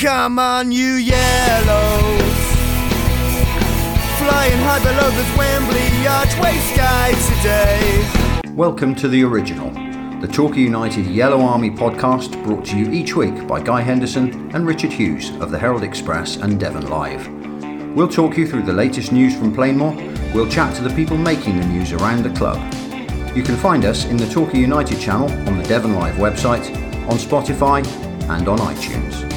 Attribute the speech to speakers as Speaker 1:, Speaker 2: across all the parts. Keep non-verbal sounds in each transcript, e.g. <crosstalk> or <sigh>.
Speaker 1: Come on, you yellows. Flying high below this Wembley archway sky today.
Speaker 2: Welcome to The Original, the Talker United Yellow Army podcast brought to you each week by Guy Henderson and Richard Hughes of the Herald Express and Devon Live. We'll talk you through the latest news from Plainmoor, we'll chat to the people making the news around the club. You can find us in the Talker United channel on the Devon Live website, on Spotify, and on iTunes.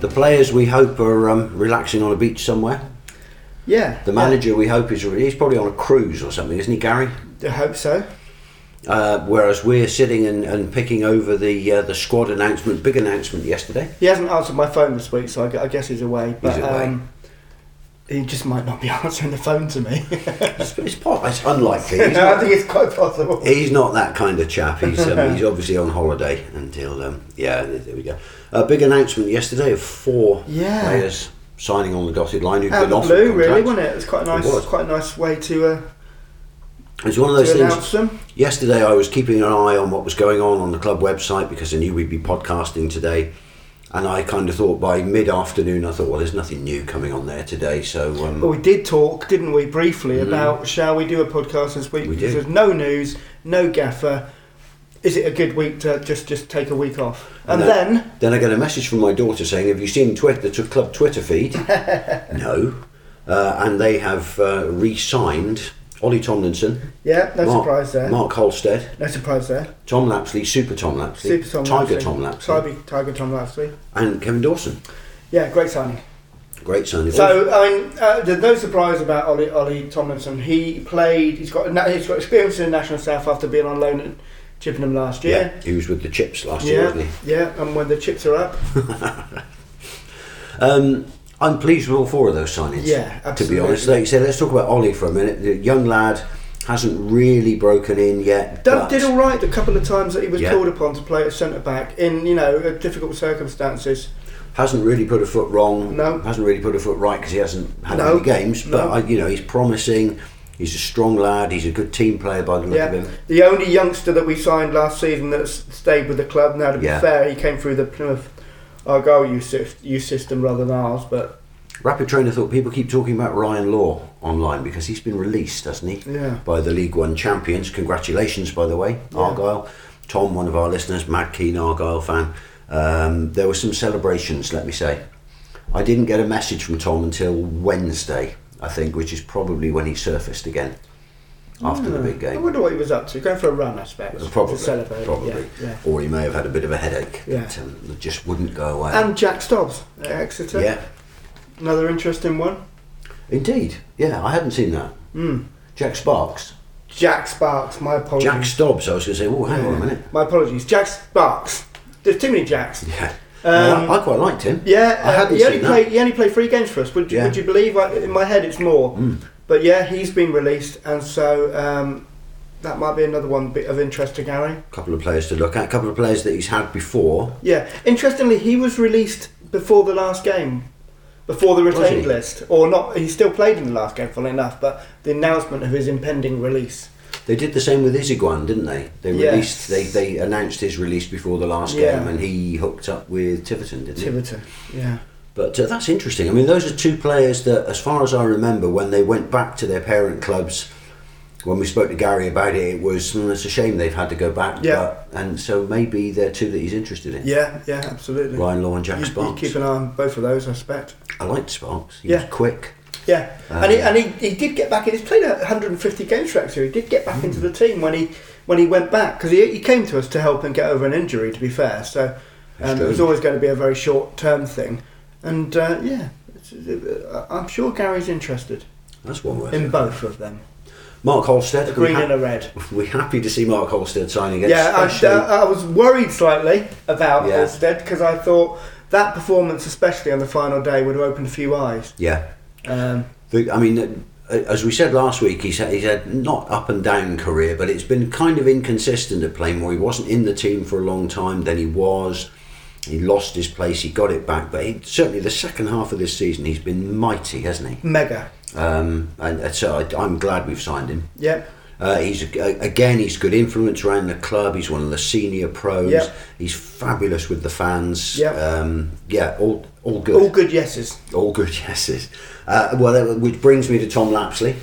Speaker 2: The players we hope are um, relaxing on a beach somewhere.
Speaker 1: Yeah.
Speaker 2: The manager we hope is he's probably on a cruise or something, isn't he, Gary?
Speaker 1: I hope so.
Speaker 2: Uh, whereas we're sitting and, and picking over the uh, the squad announcement, big announcement yesterday.
Speaker 1: He hasn't answered my phone this week, so I gu- I guess he's away. But
Speaker 2: away.
Speaker 1: Um, he just might not be <laughs> answering the phone to me. <laughs>
Speaker 2: It's, it's, po- it's unlikely. He's
Speaker 1: I <laughs>
Speaker 2: not,
Speaker 1: think it's quite possible.
Speaker 2: he's not that kind of chap. He's
Speaker 1: <laughs>
Speaker 2: um, he's obviously on holiday until um, yeah. There we go. A big announcement yesterday of four
Speaker 1: Yeah.
Speaker 2: players signing on the dotted line who've
Speaker 1: Out of
Speaker 2: been
Speaker 1: the
Speaker 2: offered
Speaker 1: blue, really,
Speaker 2: contracts.
Speaker 1: wasn't it? It's quite a nice,
Speaker 2: was.
Speaker 1: quite a nice way to, uh,
Speaker 2: It's one of those
Speaker 1: to
Speaker 2: things.
Speaker 1: announce them.
Speaker 2: Yesterday, I was keeping an eye on what was going on on the club website because I knew we'd be podcasting today. And I kind of thought by mid afternoon, I thought, well, there's nothing new coming on there today. So, um,
Speaker 1: But we did talk, didn't we, briefly about shall we do a podcast this week?
Speaker 2: Mm. We
Speaker 1: because
Speaker 2: did.
Speaker 1: there's no news, no gaffer. Is it a good week to just just take a week off? Oh, And
Speaker 2: No.
Speaker 1: then
Speaker 2: then I got a message from my daughter saying, Have you seen Twitter, the t- club Twitter
Speaker 1: <laughs>
Speaker 2: feed? no. Uh, and they have uh, re signed Ollie Tomlinson,
Speaker 1: yeah, no
Speaker 2: Mark,
Speaker 1: surprise there.
Speaker 2: Mark Holstead,
Speaker 1: No surprise there.
Speaker 2: Tom Lapsley, Super Tom Lapsley,
Speaker 1: Super Tom
Speaker 2: Tiger
Speaker 1: Lapsley.
Speaker 2: Tom Lapsley,
Speaker 1: Tiger, Tiger Tom Lapsley.
Speaker 2: and Kevin Dawson.
Speaker 1: Yeah, great signing.
Speaker 2: Great signing.
Speaker 1: So I mean, uh, there's no surprise about Ollie, Ollie Tomlinson. He played. He's got na- he's got experience in the national south after being on loan at Chippenham last
Speaker 2: yeah,
Speaker 1: year.
Speaker 2: he was with the Chips last year, wasn't he?
Speaker 1: yeah, yeah. And when the chips are up,
Speaker 2: Um, I'm pleased with all four of those signings.
Speaker 1: Yeah, absolutely.
Speaker 2: To be honest, like you said, let's talk about Ollie for a minute. The young lad hasn't really broken in yet.
Speaker 1: Done,
Speaker 2: but-
Speaker 1: did all right the couple of times that he was
Speaker 2: Yeah.
Speaker 1: called upon to play at centre back in you know uh, difficult circumstances.
Speaker 2: hasn't really put a foot wrong.
Speaker 1: No.
Speaker 2: hasn't really put a foot right because he hasn't had
Speaker 1: No,
Speaker 2: any games. But
Speaker 1: no.
Speaker 2: I, you know, he's promising. He's a strong lad. He's a good team player by the look
Speaker 1: Yeah,
Speaker 2: of him.
Speaker 1: the only youngster that we signed last season that s- stayed with the club. Now to be
Speaker 2: Yeah.
Speaker 1: fair, he came through the Plymouth Argyle youth, sys- youth system rather than ours, but
Speaker 2: Rapid trainer thought people keep talking about Ryan Law online because he's been released, hasn't he?
Speaker 1: Yeah.
Speaker 2: By the League One champions. Congratulations, by the way, Argyle. Tom, one of our listeners, mad keen Argyle fan. Um, there were some celebrations, let me say. I didn't get a message from Tom until Wednesday, I think, which is probably when he surfaced again after the big
Speaker 1: Ah, I
Speaker 2: game.
Speaker 1: wonder what he was up to. Going for a run, I suppose.
Speaker 2: Probably,
Speaker 1: to celebrate.
Speaker 2: probably,
Speaker 1: Yeah, yeah.
Speaker 2: or he may have had a bit of a headache
Speaker 1: Yeah.
Speaker 2: that um, that just wouldn't go away.
Speaker 1: And uh, Jack Stobbs at Exeter.
Speaker 2: yeah,
Speaker 1: Another interesting one.
Speaker 2: indeed, yeah, I hadn't seen that.
Speaker 1: Hmm.
Speaker 2: Jack Sparks,
Speaker 1: Jack Sparks. My apologies.
Speaker 2: Jack Stobbs. I was going to say, oh, hang on a minute.
Speaker 1: My apologies. Jack Sparks. There's too many Jacks.
Speaker 2: Yeah,
Speaker 1: Um,
Speaker 2: I, I quite liked him.
Speaker 1: Yeah,
Speaker 2: I
Speaker 1: uh,
Speaker 2: hadn't
Speaker 1: he only
Speaker 2: seen that.
Speaker 1: played. He only played three games for us. Would you,
Speaker 2: Yeah. Mm.
Speaker 1: would you believe? I, in my head, it's more. But yeah, he's been released, and so um, that might be another one bit of interest to Gary.
Speaker 2: A couple of players to look at. A couple of players that he's had before.
Speaker 1: Yeah, interestingly, he was released before the last game, before the
Speaker 2: he?
Speaker 1: retained list, or not. He still played in the last game, funnily enough. But the announcement of his impending release.
Speaker 2: They did the same with Iziguan, didn't they? They
Speaker 1: Yes.
Speaker 2: released. They, they announced his release before the last
Speaker 1: Yeah.
Speaker 2: game, and he hooked up with Tiverton, didn't he?
Speaker 1: Tiverton. Yeah.
Speaker 2: But uh, that's interesting. I mean, those are two players that, as far as I remember, when they went back to their parent clubs, when we spoke to Gary about it, it was mm, it's a shame they've had to go back.
Speaker 1: Yeah.
Speaker 2: But, and so maybe they're two that he's interested in.
Speaker 1: Yeah. Yeah. Absolutely.
Speaker 2: Ryan Law and
Speaker 1: You,
Speaker 2: Jack
Speaker 1: you
Speaker 2: Sparks.
Speaker 1: keep an eye on both of those, I suspect.
Speaker 2: I liked Sparks. He
Speaker 1: Yeah.
Speaker 2: was quick.
Speaker 1: Yeah, and,
Speaker 2: Um,
Speaker 1: he, and he, he did get back. in- He's played 150 games for Exeter. He did get back
Speaker 2: Hmm.
Speaker 1: into the team when he when he went back because he, he came to us to help him get over an injury. To be fair, so um,
Speaker 2: That's
Speaker 1: it was
Speaker 2: true.
Speaker 1: always going to be a very short term thing. And uh, yeah, it's, uh, I'm sure Gary's interested
Speaker 2: That's one word.
Speaker 1: in both of them,
Speaker 2: Mark Holstead.
Speaker 1: a
Speaker 2: we
Speaker 1: green and
Speaker 2: <laughs>
Speaker 1: a red.
Speaker 2: We're happy to see Mark Holstead signing again.
Speaker 1: Yeah, uh, I,
Speaker 2: especially-
Speaker 1: I, I was worried slightly about
Speaker 2: Yeah.
Speaker 1: Halstead because I thought that performance, especially on the final day, would have opened a few eyes.
Speaker 2: yeah.
Speaker 1: Um,
Speaker 2: The, I mean, uh, as we said last week, he's had, he's had not up and down career, but it's been kind of inconsistent at Playmore. He wasn't in the team for a long time, then he was. He lost his place, he got it back, but he, certainly the second half of this season, he's been mighty, hasn't he?
Speaker 1: mega.
Speaker 2: Um, and uh, so I, I'm glad we've signed him.
Speaker 1: Yep.
Speaker 2: Uh, he's a- again, he's good influence around the club. He's one of the senior pros.
Speaker 1: Yeah.
Speaker 2: He's fabulous with the fans.
Speaker 1: Yeah.
Speaker 2: um, yeah, all all good,
Speaker 1: All
Speaker 2: all,
Speaker 1: good yeses.
Speaker 2: good <laughs> yeses. Uh, well, that- which brings me to Tom Lapsley.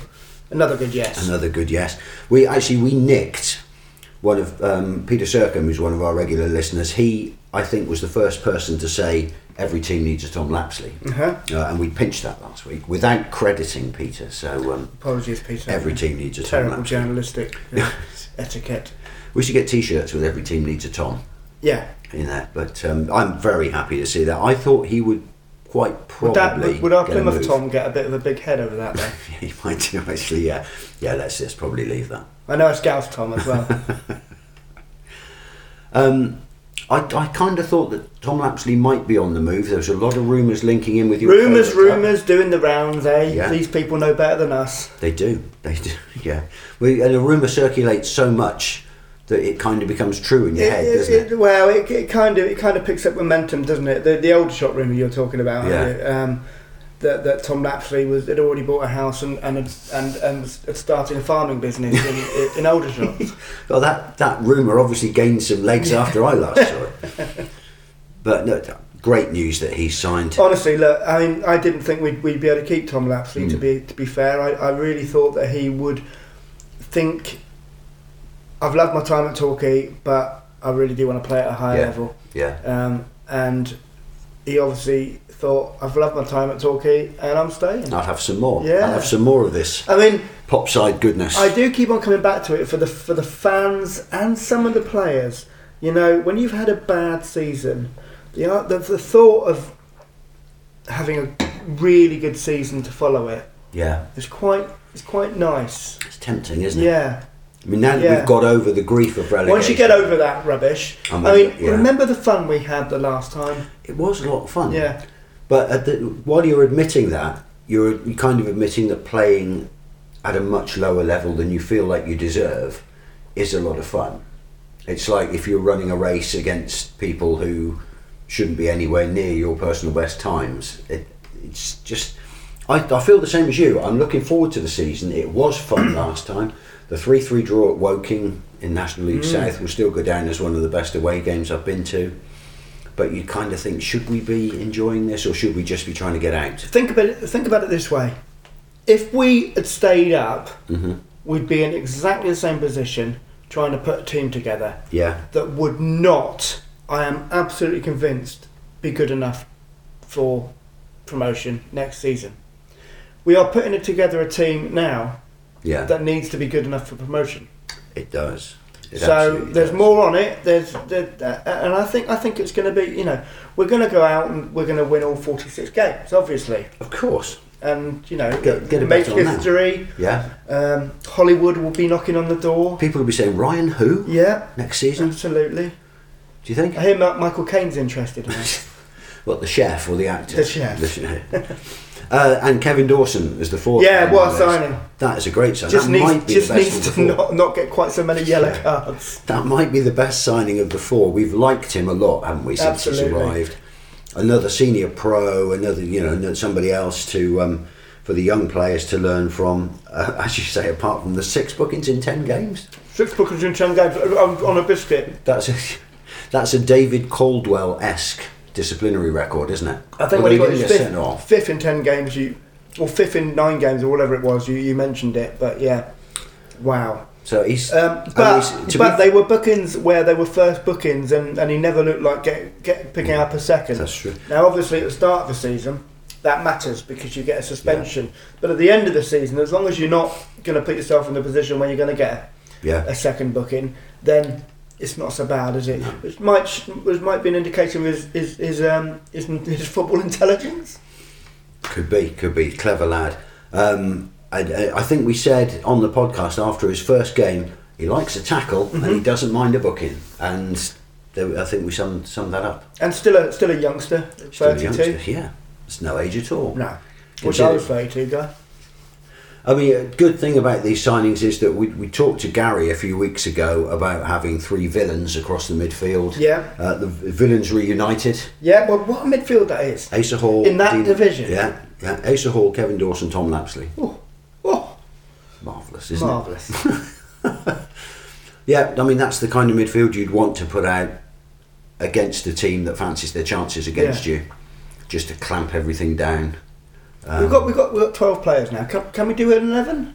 Speaker 1: Another good yes.
Speaker 2: Another good yes. We actually we nicked one of um, Peter Circum, who's one of our regular listeners. He I think was the first person to say every team needs a Tom Lapsley,
Speaker 1: Uh-huh.
Speaker 2: uh, and we pinched that last week without crediting Peter. So um,
Speaker 1: Apologies, Peter.
Speaker 2: every team needs a
Speaker 1: terrible
Speaker 2: Tom Lapsley.
Speaker 1: journalistic uh, <laughs> etiquette.
Speaker 2: We should get T-shirts with every team needs a Tom
Speaker 1: Yeah.
Speaker 2: in there. But um, I'm very happy to see that. I thought he would quite probably
Speaker 1: Would, that, would, would our
Speaker 2: get a
Speaker 1: Plymouth
Speaker 2: move.
Speaker 1: Tom get a bit of a big head over that then?
Speaker 2: <laughs> he might do actually. Yeah, yeah. Let's just probably leave that.
Speaker 1: I know it's Gauss Tom as
Speaker 2: <laughs>
Speaker 1: well.
Speaker 2: Um, I, I kind of thought that Tom Lapsley might be on the move. There was a lot of rumours linking in with your
Speaker 1: rumours,
Speaker 2: favourite club.
Speaker 1: rumours, doing the rounds, eh?
Speaker 2: Yeah.
Speaker 1: These people know better than us.
Speaker 2: They do, they do. <laughs> Yeah, we, and a rumour circulates so much that it kind of becomes true in your head,
Speaker 1: It-
Speaker 2: doesn't
Speaker 1: it-
Speaker 2: it?
Speaker 1: it- well, it, it kind of it kind of picks up momentum, doesn't it? The the old shot rumour you're talking about,
Speaker 2: Yeah.
Speaker 1: uh, um, that that Tom Lapsley was had already bought a house and and had- and, and was starting a farming business
Speaker 2: <laughs>
Speaker 1: in, in Aldershot.
Speaker 2: Well, that that rumour obviously gained some legs after I last saw it.
Speaker 1: <laughs>
Speaker 2: But no, great news that he signed.
Speaker 1: Honestly, look, I mean, I didn't think we'd, we'd be able to keep Tom Lapsley. To be to be fair, I, I really thought that he would think. I've loved my time at Torquay, but I really do want to play at a higher
Speaker 2: Yeah.
Speaker 1: level.
Speaker 2: Yeah,
Speaker 1: Um, and he obviously thought, I've loved my time at Torquay, and I'm staying.
Speaker 2: I'll have some more.
Speaker 1: Yeah.
Speaker 2: I'll have some more of this
Speaker 1: I mean,
Speaker 2: pop side goodness.
Speaker 1: I do keep on coming back to it for the for the fans and some of the players. You know, when you've had a bad season, the ar- the, the thought of having a really good season to follow it
Speaker 2: yeah,
Speaker 1: is quite is quite nice.
Speaker 2: it's tempting, isn't it?
Speaker 1: Yeah.
Speaker 2: I mean, now that
Speaker 1: Yeah.
Speaker 2: we've got over the grief of relegation,
Speaker 1: Once you get over that rubbish,
Speaker 2: I
Speaker 1: I
Speaker 2: mean,
Speaker 1: mean,
Speaker 2: yeah.
Speaker 1: remember the fun we had the last time.
Speaker 2: it was a lot of fun.
Speaker 1: Yeah.
Speaker 2: But at the, while you're admitting that, you're kind of admitting that playing at a much lower level than you feel like you deserve is a lot of fun. It's like if you're running a race against people who shouldn't be anywhere near your personal best times. It, it's just, I, I feel the same as you. I'm looking forward to the season. It was fun last time. The 3 3 draw at Woking in National League South will still go down as one of the best away games I've been to but you kind of think should we be enjoying this or should we just be trying to get out
Speaker 1: Think about it. Think about it this way: if we had stayed up, we'd be in exactly the same position trying to put a team together.
Speaker 2: yeah
Speaker 1: that would not, I am absolutely convinced, be good enough for promotion next season. We are putting it together a team now
Speaker 2: yeah
Speaker 1: that needs to be good enough for promotion.
Speaker 2: it does It
Speaker 1: so
Speaker 2: absolutely
Speaker 1: there's
Speaker 2: does.
Speaker 1: more on it. There's there, uh, and I think I think it's going to be you know we're going to go out and we're going to win all 46 games obviously
Speaker 2: of course
Speaker 1: and you know
Speaker 2: Get- get a
Speaker 1: make
Speaker 2: bet on that.
Speaker 1: history.
Speaker 2: yeah
Speaker 1: Um, Hollywood will be knocking on the door.
Speaker 2: people will be saying Ryan who
Speaker 1: Yeah,
Speaker 2: next season do
Speaker 1: absolutely.
Speaker 2: you think
Speaker 1: I hear Ma- Michael Caine's interested. In it.
Speaker 2: what the chef or the actor
Speaker 1: The chef.
Speaker 2: chef. <laughs> uh, and Kevin Dawson is the fourth
Speaker 1: Yeah,
Speaker 2: man
Speaker 1: what a
Speaker 2: on the list.
Speaker 1: signing.
Speaker 2: that is a great signing
Speaker 1: just
Speaker 2: that
Speaker 1: needs,
Speaker 2: might be
Speaker 1: just
Speaker 2: the best
Speaker 1: needs
Speaker 2: of the
Speaker 1: to
Speaker 2: four.
Speaker 1: not, not get quite so many yellow
Speaker 2: Yeah.
Speaker 1: cards.
Speaker 2: That might be the best signing of the four. We've liked him a lot, haven't we, since he's
Speaker 1: Absolutely.
Speaker 2: arrived? Another senior pro, another you know somebody else to um, for the young players to learn from. Uh, <laughs> as you say, apart from the six bookings in ten games,
Speaker 1: Six bookers and ten games uh, on, on a biscuit.
Speaker 2: that's a, <laughs> that's a David Caldwell esque disciplinary record, isn't it?
Speaker 1: I
Speaker 2: Although
Speaker 1: think when he got
Speaker 2: didn't
Speaker 1: his
Speaker 2: get sent
Speaker 1: fifth,
Speaker 2: off.
Speaker 1: fifth in ten games, you or fifth in nine games or whatever it was, you, you mentioned it. But yeah, wow.
Speaker 2: So he's
Speaker 1: Um,
Speaker 2: and
Speaker 1: but
Speaker 2: he's- to
Speaker 1: but
Speaker 2: be-
Speaker 1: they were bookings where they were first bookings, and, and he never looked like get, get picking up a second.
Speaker 2: That's true.
Speaker 1: Now, obviously, at the start of the season, that matters because you get a suspension. But at the end of the season, as long as you're not going to put yourself in the position where you're going to get
Speaker 2: yeah
Speaker 1: a second booking, then it's not so bad, is it? Which might which might be an indication of his his his, um, his, his football intelligence.
Speaker 2: Could be, could be. Clever lad. Um, I, I- I think we said on the podcast after his first game, he likes a tackle and
Speaker 1: Mm-hmm.
Speaker 2: he doesn't mind a booking. And there, I think we summed, summed that up.
Speaker 1: And still a still a youngster,
Speaker 2: Still a
Speaker 1: thirty two.
Speaker 2: youngster, Yeah, it's no age at all.
Speaker 1: No, which I
Speaker 2: Consider-
Speaker 1: was thirty two guy.
Speaker 2: I mean, a good thing about these signings is that we, we talked to Gary a few weeks ago about having three villains across the midfield.
Speaker 1: Yeah.
Speaker 2: Uh, the villains reunited.
Speaker 1: Yeah, well, what a midfield that is.
Speaker 2: Asa Hall.
Speaker 1: In that division?
Speaker 2: Yeah, yeah. Asa Hall, Kevin Dawson, Tom Lapsley.
Speaker 1: Oh, oh
Speaker 2: Marvellous, isn't it? <laughs>
Speaker 1: marvelous.
Speaker 2: yeah, I mean that's the kind of midfield you'd want to put out against a team that fancies their chances against you, just to clamp everything down. Um,
Speaker 1: we've got we've got we've got twelve players now. Can, can we do an eleven?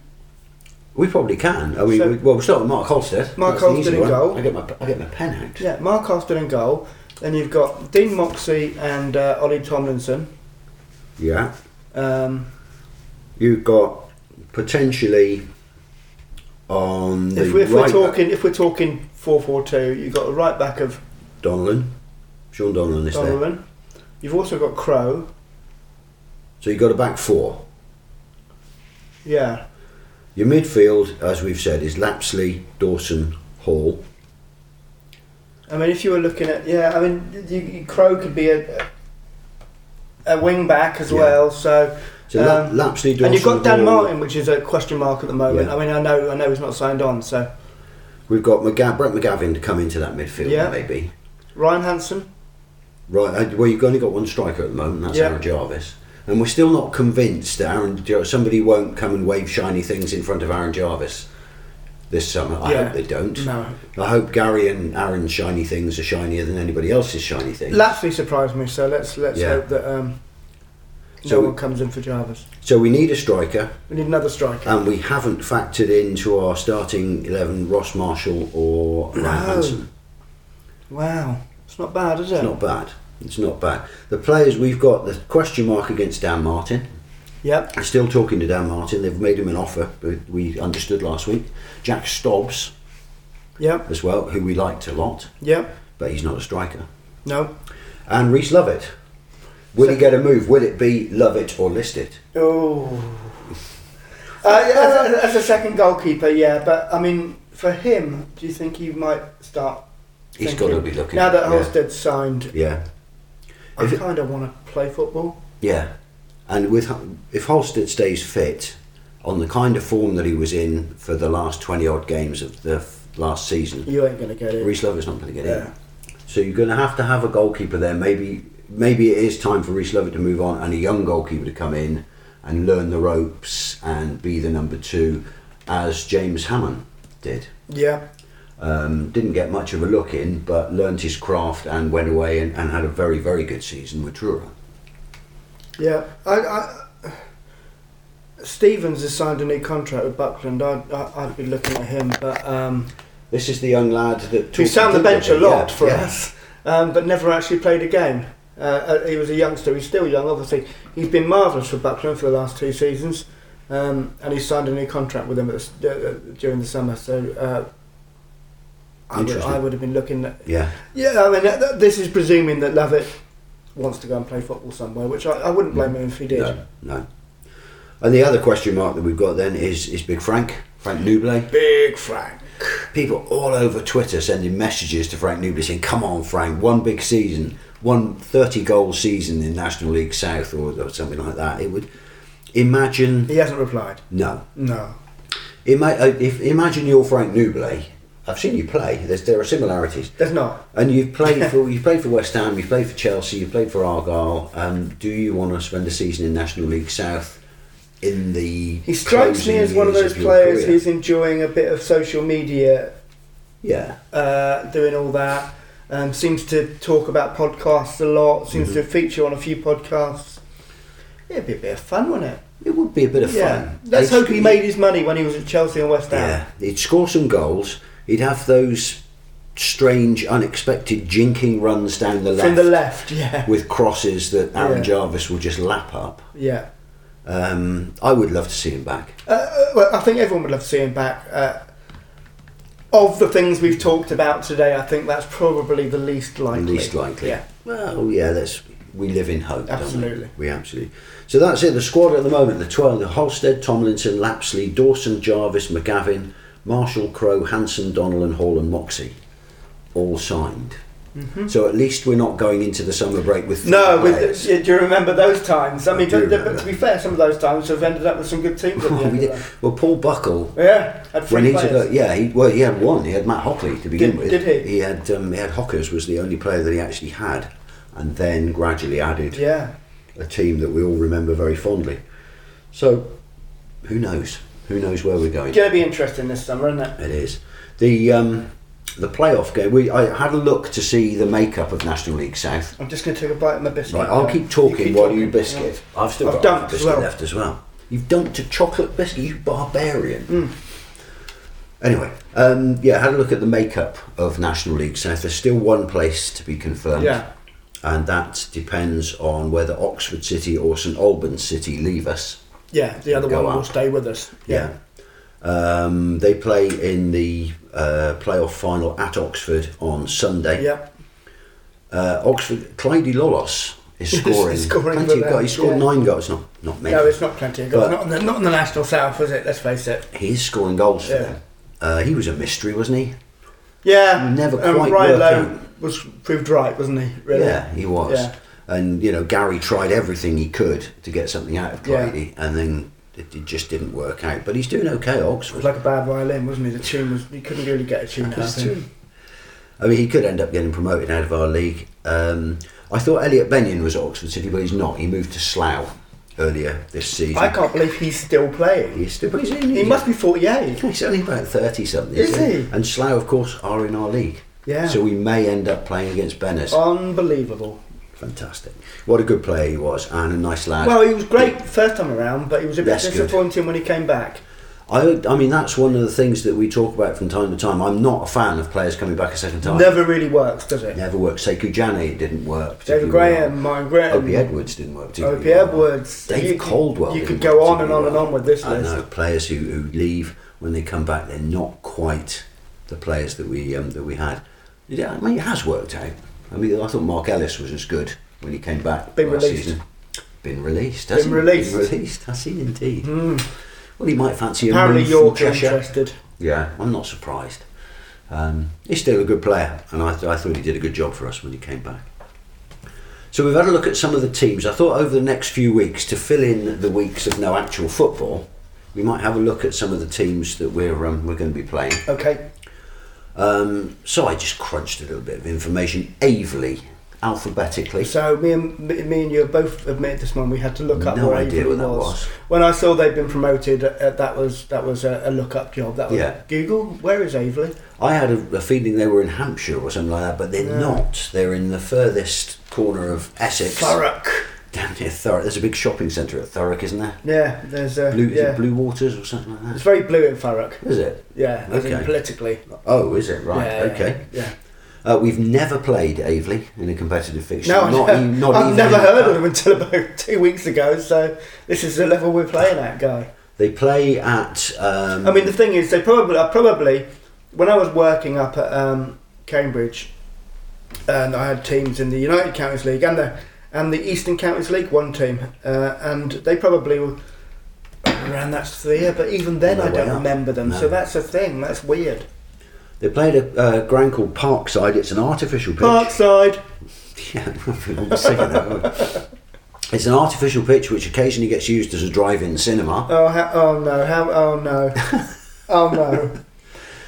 Speaker 2: We probably can. I mean,
Speaker 1: So-
Speaker 2: we, well, we start with Mark Holstead.
Speaker 1: Mark
Speaker 2: That's the easy
Speaker 1: Holstead in
Speaker 2: one.
Speaker 1: goal.
Speaker 2: I get my I get my pen out.
Speaker 1: Yeah, Mark Austin in goal. Then you've got Dean Moxey and uh, Ollie Tomlinson.
Speaker 2: Yeah,
Speaker 1: Um,
Speaker 2: you've got potentially on the
Speaker 1: if we, if we're
Speaker 2: right back,
Speaker 1: talking if we're talking four four two, you've got the right back of
Speaker 2: Donnellan. Sean Donnellan is there.
Speaker 1: Donovan. You've also got Crow.
Speaker 2: So you've got a back four.
Speaker 1: Yeah,
Speaker 2: Your midfield, as we've said, is Lapsley, Dawson, Hall.
Speaker 1: I mean if you were looking at yeah, I mean you, you, Crow could be a a wing back as
Speaker 2: Yeah.
Speaker 1: well. So
Speaker 2: So La-
Speaker 1: Um,
Speaker 2: Lapsley, Dawson,
Speaker 1: and you've got Dan
Speaker 2: Hall.
Speaker 1: Martin, which is a question mark at the moment.
Speaker 2: Yeah.
Speaker 1: I mean I know I know he's not signed on. So
Speaker 2: We've got McGa- Brett McGavin to come into that midfield,
Speaker 1: Yeah.
Speaker 2: maybe.
Speaker 1: Ryan Hansen.
Speaker 2: Right, uh, well, you've only got one striker at the moment, that's
Speaker 1: Yeah.
Speaker 2: Aaron Jarvis. And we're still not convinced that Aaron, Jar- somebody won't come and wave shiny things in front of Aaron Jarvis this summer. I
Speaker 1: Yeah.
Speaker 2: hope they don't.
Speaker 1: No.
Speaker 2: I hope Gary and Aaron's shiny things are shinier than anybody else's shiny things.
Speaker 1: Lapsley surprised me, so let's let's
Speaker 2: Yeah.
Speaker 1: hope that um,
Speaker 2: So-
Speaker 1: no one comes in for Jarvis.
Speaker 2: so we need a striker.
Speaker 1: We need another striker.
Speaker 2: and we haven't factored into our starting 11 Ross Marshall or Ryan
Speaker 1: No.
Speaker 2: Hansen.
Speaker 1: Wow, it's not bad, is it?
Speaker 2: It's not bad. It's not bad. The players we've got the question mark against Dan Martin.
Speaker 1: Yep.
Speaker 2: I'm still talking to Dan Martin. They've made him an offer. but We understood last week. Jack Stobbs
Speaker 1: Yep.
Speaker 2: as well, who we liked a lot,
Speaker 1: Yep.
Speaker 2: but he's not a striker.
Speaker 1: No.
Speaker 2: And Reese Lovett. Will he get a move? Will it be Lovett or Listed?
Speaker 1: Oh. Uh, yeah, as, a, as a second goalkeeper, yeah, but I mean, for him, do you think he might start?
Speaker 2: He's
Speaker 1: thinking,
Speaker 2: gotta be looking,
Speaker 1: Now that
Speaker 2: yeah.
Speaker 1: Holstead's signed,
Speaker 2: Yeah.
Speaker 1: I
Speaker 2: If it-
Speaker 1: kind of want to play football.
Speaker 2: Yeah, and with if Holstead stays fit on the kind of form that he was in for the last twenty odd games of the f- last season,
Speaker 1: You ain't gonna get it.
Speaker 2: Reece Lovett's not going to get
Speaker 1: Yeah.
Speaker 2: in. So you're going to have to have a goalkeeper there. Maybe maybe it is time for Reece Lovett to move on and a young goalkeeper to come in and learn the ropes and be the number two, as James Hammond did.
Speaker 1: Yeah.
Speaker 2: Um, didn't get much of a look in, but learnt his craft and went away and, and had a very very good season with Truro.
Speaker 1: Yeah. I. I Stevens has signed a new contract with Buckland. I'd, I- I'd be looking at him, but um,
Speaker 2: This is the young lad that
Speaker 1: He
Speaker 2: talked
Speaker 1: sat on
Speaker 2: to
Speaker 1: the bench a
Speaker 2: Gilbert,
Speaker 1: lot
Speaker 2: yeah,
Speaker 1: for
Speaker 2: yeah.
Speaker 1: us, um, but never actually played a game. Uh, Uh, he was a youngster. He's still young, obviously. He's been marvellous for Buckland for the last two seasons, um, and he signed a new contract with them at the, s- uh, uh, during the summer. So uh, I, would,
Speaker 2: Interesting.
Speaker 1: I would have been looking. At,
Speaker 2: Yeah,
Speaker 1: yeah, I mean, th- th- this is presuming that Lovett wants to go and play football somewhere, which I, I wouldn't blame him if he did.
Speaker 2: no, no. And the other question mark that we've got then is is Big Frank, Frank Nublé.
Speaker 1: Big Frank.
Speaker 2: People all over Twitter sending messages to Frank Nublé saying, "Come on, Frank, one big season, one 30 goal season in National League South or, or something like that." It would imagine
Speaker 1: He hasn't replied.
Speaker 2: no.
Speaker 1: No.
Speaker 2: Ima- uh, if imagine you're Frank Nublé. I've seen you play. There's, there are similarities.
Speaker 1: There's not.
Speaker 2: And you've played for you've played for West Ham, you've played for Chelsea, you've played for Argyle. Um, do you want to spend a season in National League South? In the
Speaker 1: He strikes me
Speaker 2: closing
Speaker 1: as one of
Speaker 2: years
Speaker 1: those
Speaker 2: your
Speaker 1: players
Speaker 2: career?
Speaker 1: who's enjoying a bit of social media
Speaker 2: yeah,
Speaker 1: uh, doing all that. Um, seems to talk about podcasts a lot. Seems to
Speaker 2: Mm-hmm.
Speaker 1: feature on a few podcasts. It'd be a bit of fun, wouldn't it?
Speaker 2: it would be a bit of
Speaker 1: yeah.
Speaker 2: fun.
Speaker 1: Let's
Speaker 2: They'd-
Speaker 1: hope he made his money when he was at Chelsea and West Ham.
Speaker 2: Yeah, he'd score some goals. He'd have those strange, unexpected jinking runs down the left,
Speaker 1: From the left,
Speaker 2: <laughs>
Speaker 1: yeah,
Speaker 2: with crosses that Aaron
Speaker 1: Yeah.
Speaker 2: Jarvis will just lap up.
Speaker 1: yeah.
Speaker 2: Um, I would love to see him back.
Speaker 1: Uh, Uh, well, I think everyone would love to see him back. Uh, of the things we've talked about today, I think that's probably the least likely.
Speaker 2: Least likely.
Speaker 1: Yeah.
Speaker 2: Well, yeah. That's we live in hope. don't we?
Speaker 1: Absolutely.
Speaker 2: we? absolutely. So that's it. The squad at the moment: the twelve, the Holstead, Tomlinson, Lapsley, Dawson, Jarvis, McGavin, Marshall, Crow, Hanson, Donnellan, Hall, and Moxie, all signed. So at least we're not going into the summer break with three
Speaker 1: Mm-hmm. No, with,
Speaker 2: players.
Speaker 1: do you remember those times? I mean,
Speaker 2: do
Speaker 1: but, but
Speaker 2: remember.
Speaker 1: to be fair, some of those times have ended up with some good teams. At the
Speaker 2: Well, <laughs>
Speaker 1: end
Speaker 2: we
Speaker 1: of
Speaker 2: did-
Speaker 1: that.
Speaker 2: well, Paul Buckle.
Speaker 1: Yeah, had
Speaker 2: When
Speaker 1: three
Speaker 2: he took,
Speaker 1: players.
Speaker 2: o- yeah, he, well, he had one. He had Matt Hockley to begin
Speaker 1: Did-
Speaker 2: with.
Speaker 1: did he?
Speaker 2: He had um, he had Hockers was the only player that he actually had, and then gradually added
Speaker 1: Yeah.
Speaker 2: a team that we all remember very fondly. So, who knows? Who knows where we're going?
Speaker 1: It's going to be interesting this summer, isn't it?
Speaker 2: It is the um, the playoff game. We I had a look to see the makeup of National League South.
Speaker 1: I'm just going to take a bite of my biscuit.
Speaker 2: Right, I'll keep talking while you biscuit. I've still got
Speaker 1: I've
Speaker 2: half
Speaker 1: dunked
Speaker 2: a
Speaker 1: as
Speaker 2: biscuit
Speaker 1: well.
Speaker 2: left as well. You've dunked a chocolate biscuit, you barbarian.
Speaker 1: Mm.
Speaker 2: Anyway, um, yeah, had a look at the makeup of National League South. There's still one place to be confirmed.
Speaker 1: Yeah.
Speaker 2: And that depends on whether Oxford City or St Albans City leave us.
Speaker 1: Yeah, the other
Speaker 2: Go
Speaker 1: one will
Speaker 2: up.
Speaker 1: stay with us.
Speaker 2: Yeah. Um, they play in the uh, playoff final at Oxford on Sunday.
Speaker 1: Yeah.
Speaker 2: Uh, Oxford, Clyde Lolos
Speaker 1: <laughs>
Speaker 2: is scoring.
Speaker 1: scoring
Speaker 2: plenty
Speaker 1: for
Speaker 2: of
Speaker 1: them,
Speaker 2: goals. He scored
Speaker 1: yeah.
Speaker 2: nine goals. Not, not many.
Speaker 1: No, it's not plenty of goals.
Speaker 2: But-
Speaker 1: Not in, the, not in the national south, is it? Let's face it.
Speaker 2: He is scoring goals for
Speaker 1: Yeah.
Speaker 2: them. Uh, he was a mystery, wasn't he?
Speaker 1: Yeah.
Speaker 2: Never
Speaker 1: um,
Speaker 2: quite
Speaker 1: Ryan
Speaker 2: work
Speaker 1: Lowe was proved right, wasn't he? Really?
Speaker 2: Yeah, he was.
Speaker 1: Yeah.
Speaker 2: And you know, Gary tried everything he could to get something out of
Speaker 1: Yeah.
Speaker 2: Clyde, and then it, it just didn't work out. But he's doing okay, at
Speaker 1: It was
Speaker 2: Oxford.
Speaker 1: like a bad violin, wasn't he? The tune was. You couldn't really get a tune out of
Speaker 2: That's
Speaker 1: him.
Speaker 2: I mean, he could end up getting promoted out of our league. Um, I thought Elliot Benyon was at Oxford City, but he's not. He moved to Slough earlier this season.
Speaker 1: I can't believe he's still playing.
Speaker 2: He's still, but he's in.
Speaker 1: He
Speaker 2: he's-
Speaker 1: must be 48.
Speaker 2: He's only about thirty something.
Speaker 1: Is
Speaker 2: isn't
Speaker 1: he?
Speaker 2: And Slough, of course, are in our league.
Speaker 1: Yeah. Oh.
Speaker 2: So we may end up playing against Benners.
Speaker 1: Unbelievable.
Speaker 2: Fantastic. What a good player he was, and a nice lad.
Speaker 1: Well, he was great first time around, but he was a bit
Speaker 2: That's good.
Speaker 1: disappointing when he came back.
Speaker 2: I, I mean, that's one of the things that we talk about from time to time. I'm not a fan of players coming back a second time.
Speaker 1: Never really works, does it?
Speaker 2: Never worked. Sekou Jane didn't work. particularly
Speaker 1: David Graham, Mine
Speaker 2: Well.
Speaker 1: Graham,
Speaker 2: Opie Edwards didn't work. particularly
Speaker 1: Opie
Speaker 2: well.
Speaker 1: Edwards.
Speaker 2: Dave
Speaker 1: You could-
Speaker 2: Caldwell.
Speaker 1: You
Speaker 2: didn't
Speaker 1: could go
Speaker 2: work
Speaker 1: on and on and
Speaker 2: particularly
Speaker 1: on with this
Speaker 2: well. I know
Speaker 1: list.
Speaker 2: players who, who leave when they come back, they're not quite the players that we um, that we had. Yeah, I mean, it has worked out. I mean, I thought Mark Ellis was as good when he came back.
Speaker 1: Been
Speaker 2: last
Speaker 1: released.
Speaker 2: Season. Been released. hasn't
Speaker 1: Been
Speaker 2: he?
Speaker 1: released. Hmm.
Speaker 2: Been released. Has he indeed? Well, he might fancy a
Speaker 1: Apparently,
Speaker 2: move from
Speaker 1: York are
Speaker 2: Cheshire.
Speaker 1: interested.
Speaker 2: Yeah, I'm not surprised. Um, he's still a good player, and I, th- I thought he did a good job for us when he came back. So we've had a look at some of the teams. I thought over the next few weeks, to fill in the weeks of no actual football, we might have a look at some of the teams that we're um, we're going to be playing.
Speaker 1: Okay.
Speaker 2: Um, so I just crunched a little bit of information. Avely, alphabetically.
Speaker 1: So me and me, me and you have both admitted this morning we had to look up
Speaker 2: No
Speaker 1: where
Speaker 2: idea
Speaker 1: Avery
Speaker 2: what that
Speaker 1: was.
Speaker 2: was.
Speaker 1: When I saw they'd been promoted, uh, that was that was a, a look up job. That was
Speaker 2: Yeah.
Speaker 1: Google. Where is Avely?
Speaker 2: I had a, a feeling they were in Hampshire or something like that, but they're
Speaker 1: Yeah.
Speaker 2: not. They're in the furthest corner of Essex.
Speaker 1: Thurrock.
Speaker 2: Down near Thurrock. There's a big shopping centre at Thurrock, isn't there?
Speaker 1: Yeah, there's a
Speaker 2: Blue,
Speaker 1: yeah.
Speaker 2: is it Blue Waters or something like that?
Speaker 1: It's very blue in Thurrock.
Speaker 2: Is it?
Speaker 1: Yeah, as in
Speaker 2: Okay.
Speaker 1: politically.
Speaker 2: Oh, is it? Right,
Speaker 1: Yeah, yeah,
Speaker 2: okay.
Speaker 1: Yeah.
Speaker 2: Uh, we've never played Avely in a competitive fixture.
Speaker 1: No,
Speaker 2: not,
Speaker 1: I,
Speaker 2: e- not
Speaker 1: I've
Speaker 2: even
Speaker 1: never
Speaker 2: in the
Speaker 1: heard
Speaker 2: cup.
Speaker 1: of them until about <laughs> two weeks ago. So this is the level we're playing at, guy.
Speaker 2: They play at. Um,
Speaker 1: I mean, the thing is, they probably, I probably, when I was working up at um, Cambridge, and I had teams in the United Counties League and the and the Eastern Counties League, one team, uh, and they probably were around that year. But even then,
Speaker 2: No
Speaker 1: I
Speaker 2: way
Speaker 1: don't
Speaker 2: up.
Speaker 1: remember them.
Speaker 2: No.
Speaker 1: So that's the thing. That's weird.
Speaker 2: they played at a ground called Parkside. It's an artificial pitch.
Speaker 1: Parkside.
Speaker 2: <laughs> Yeah, I'm sick of that. wouldn't I? It's an artificial pitch which occasionally gets used as a drive-in cinema.
Speaker 1: Oh, how, oh no! How?
Speaker 2: <laughs>
Speaker 1: Oh no! oh no!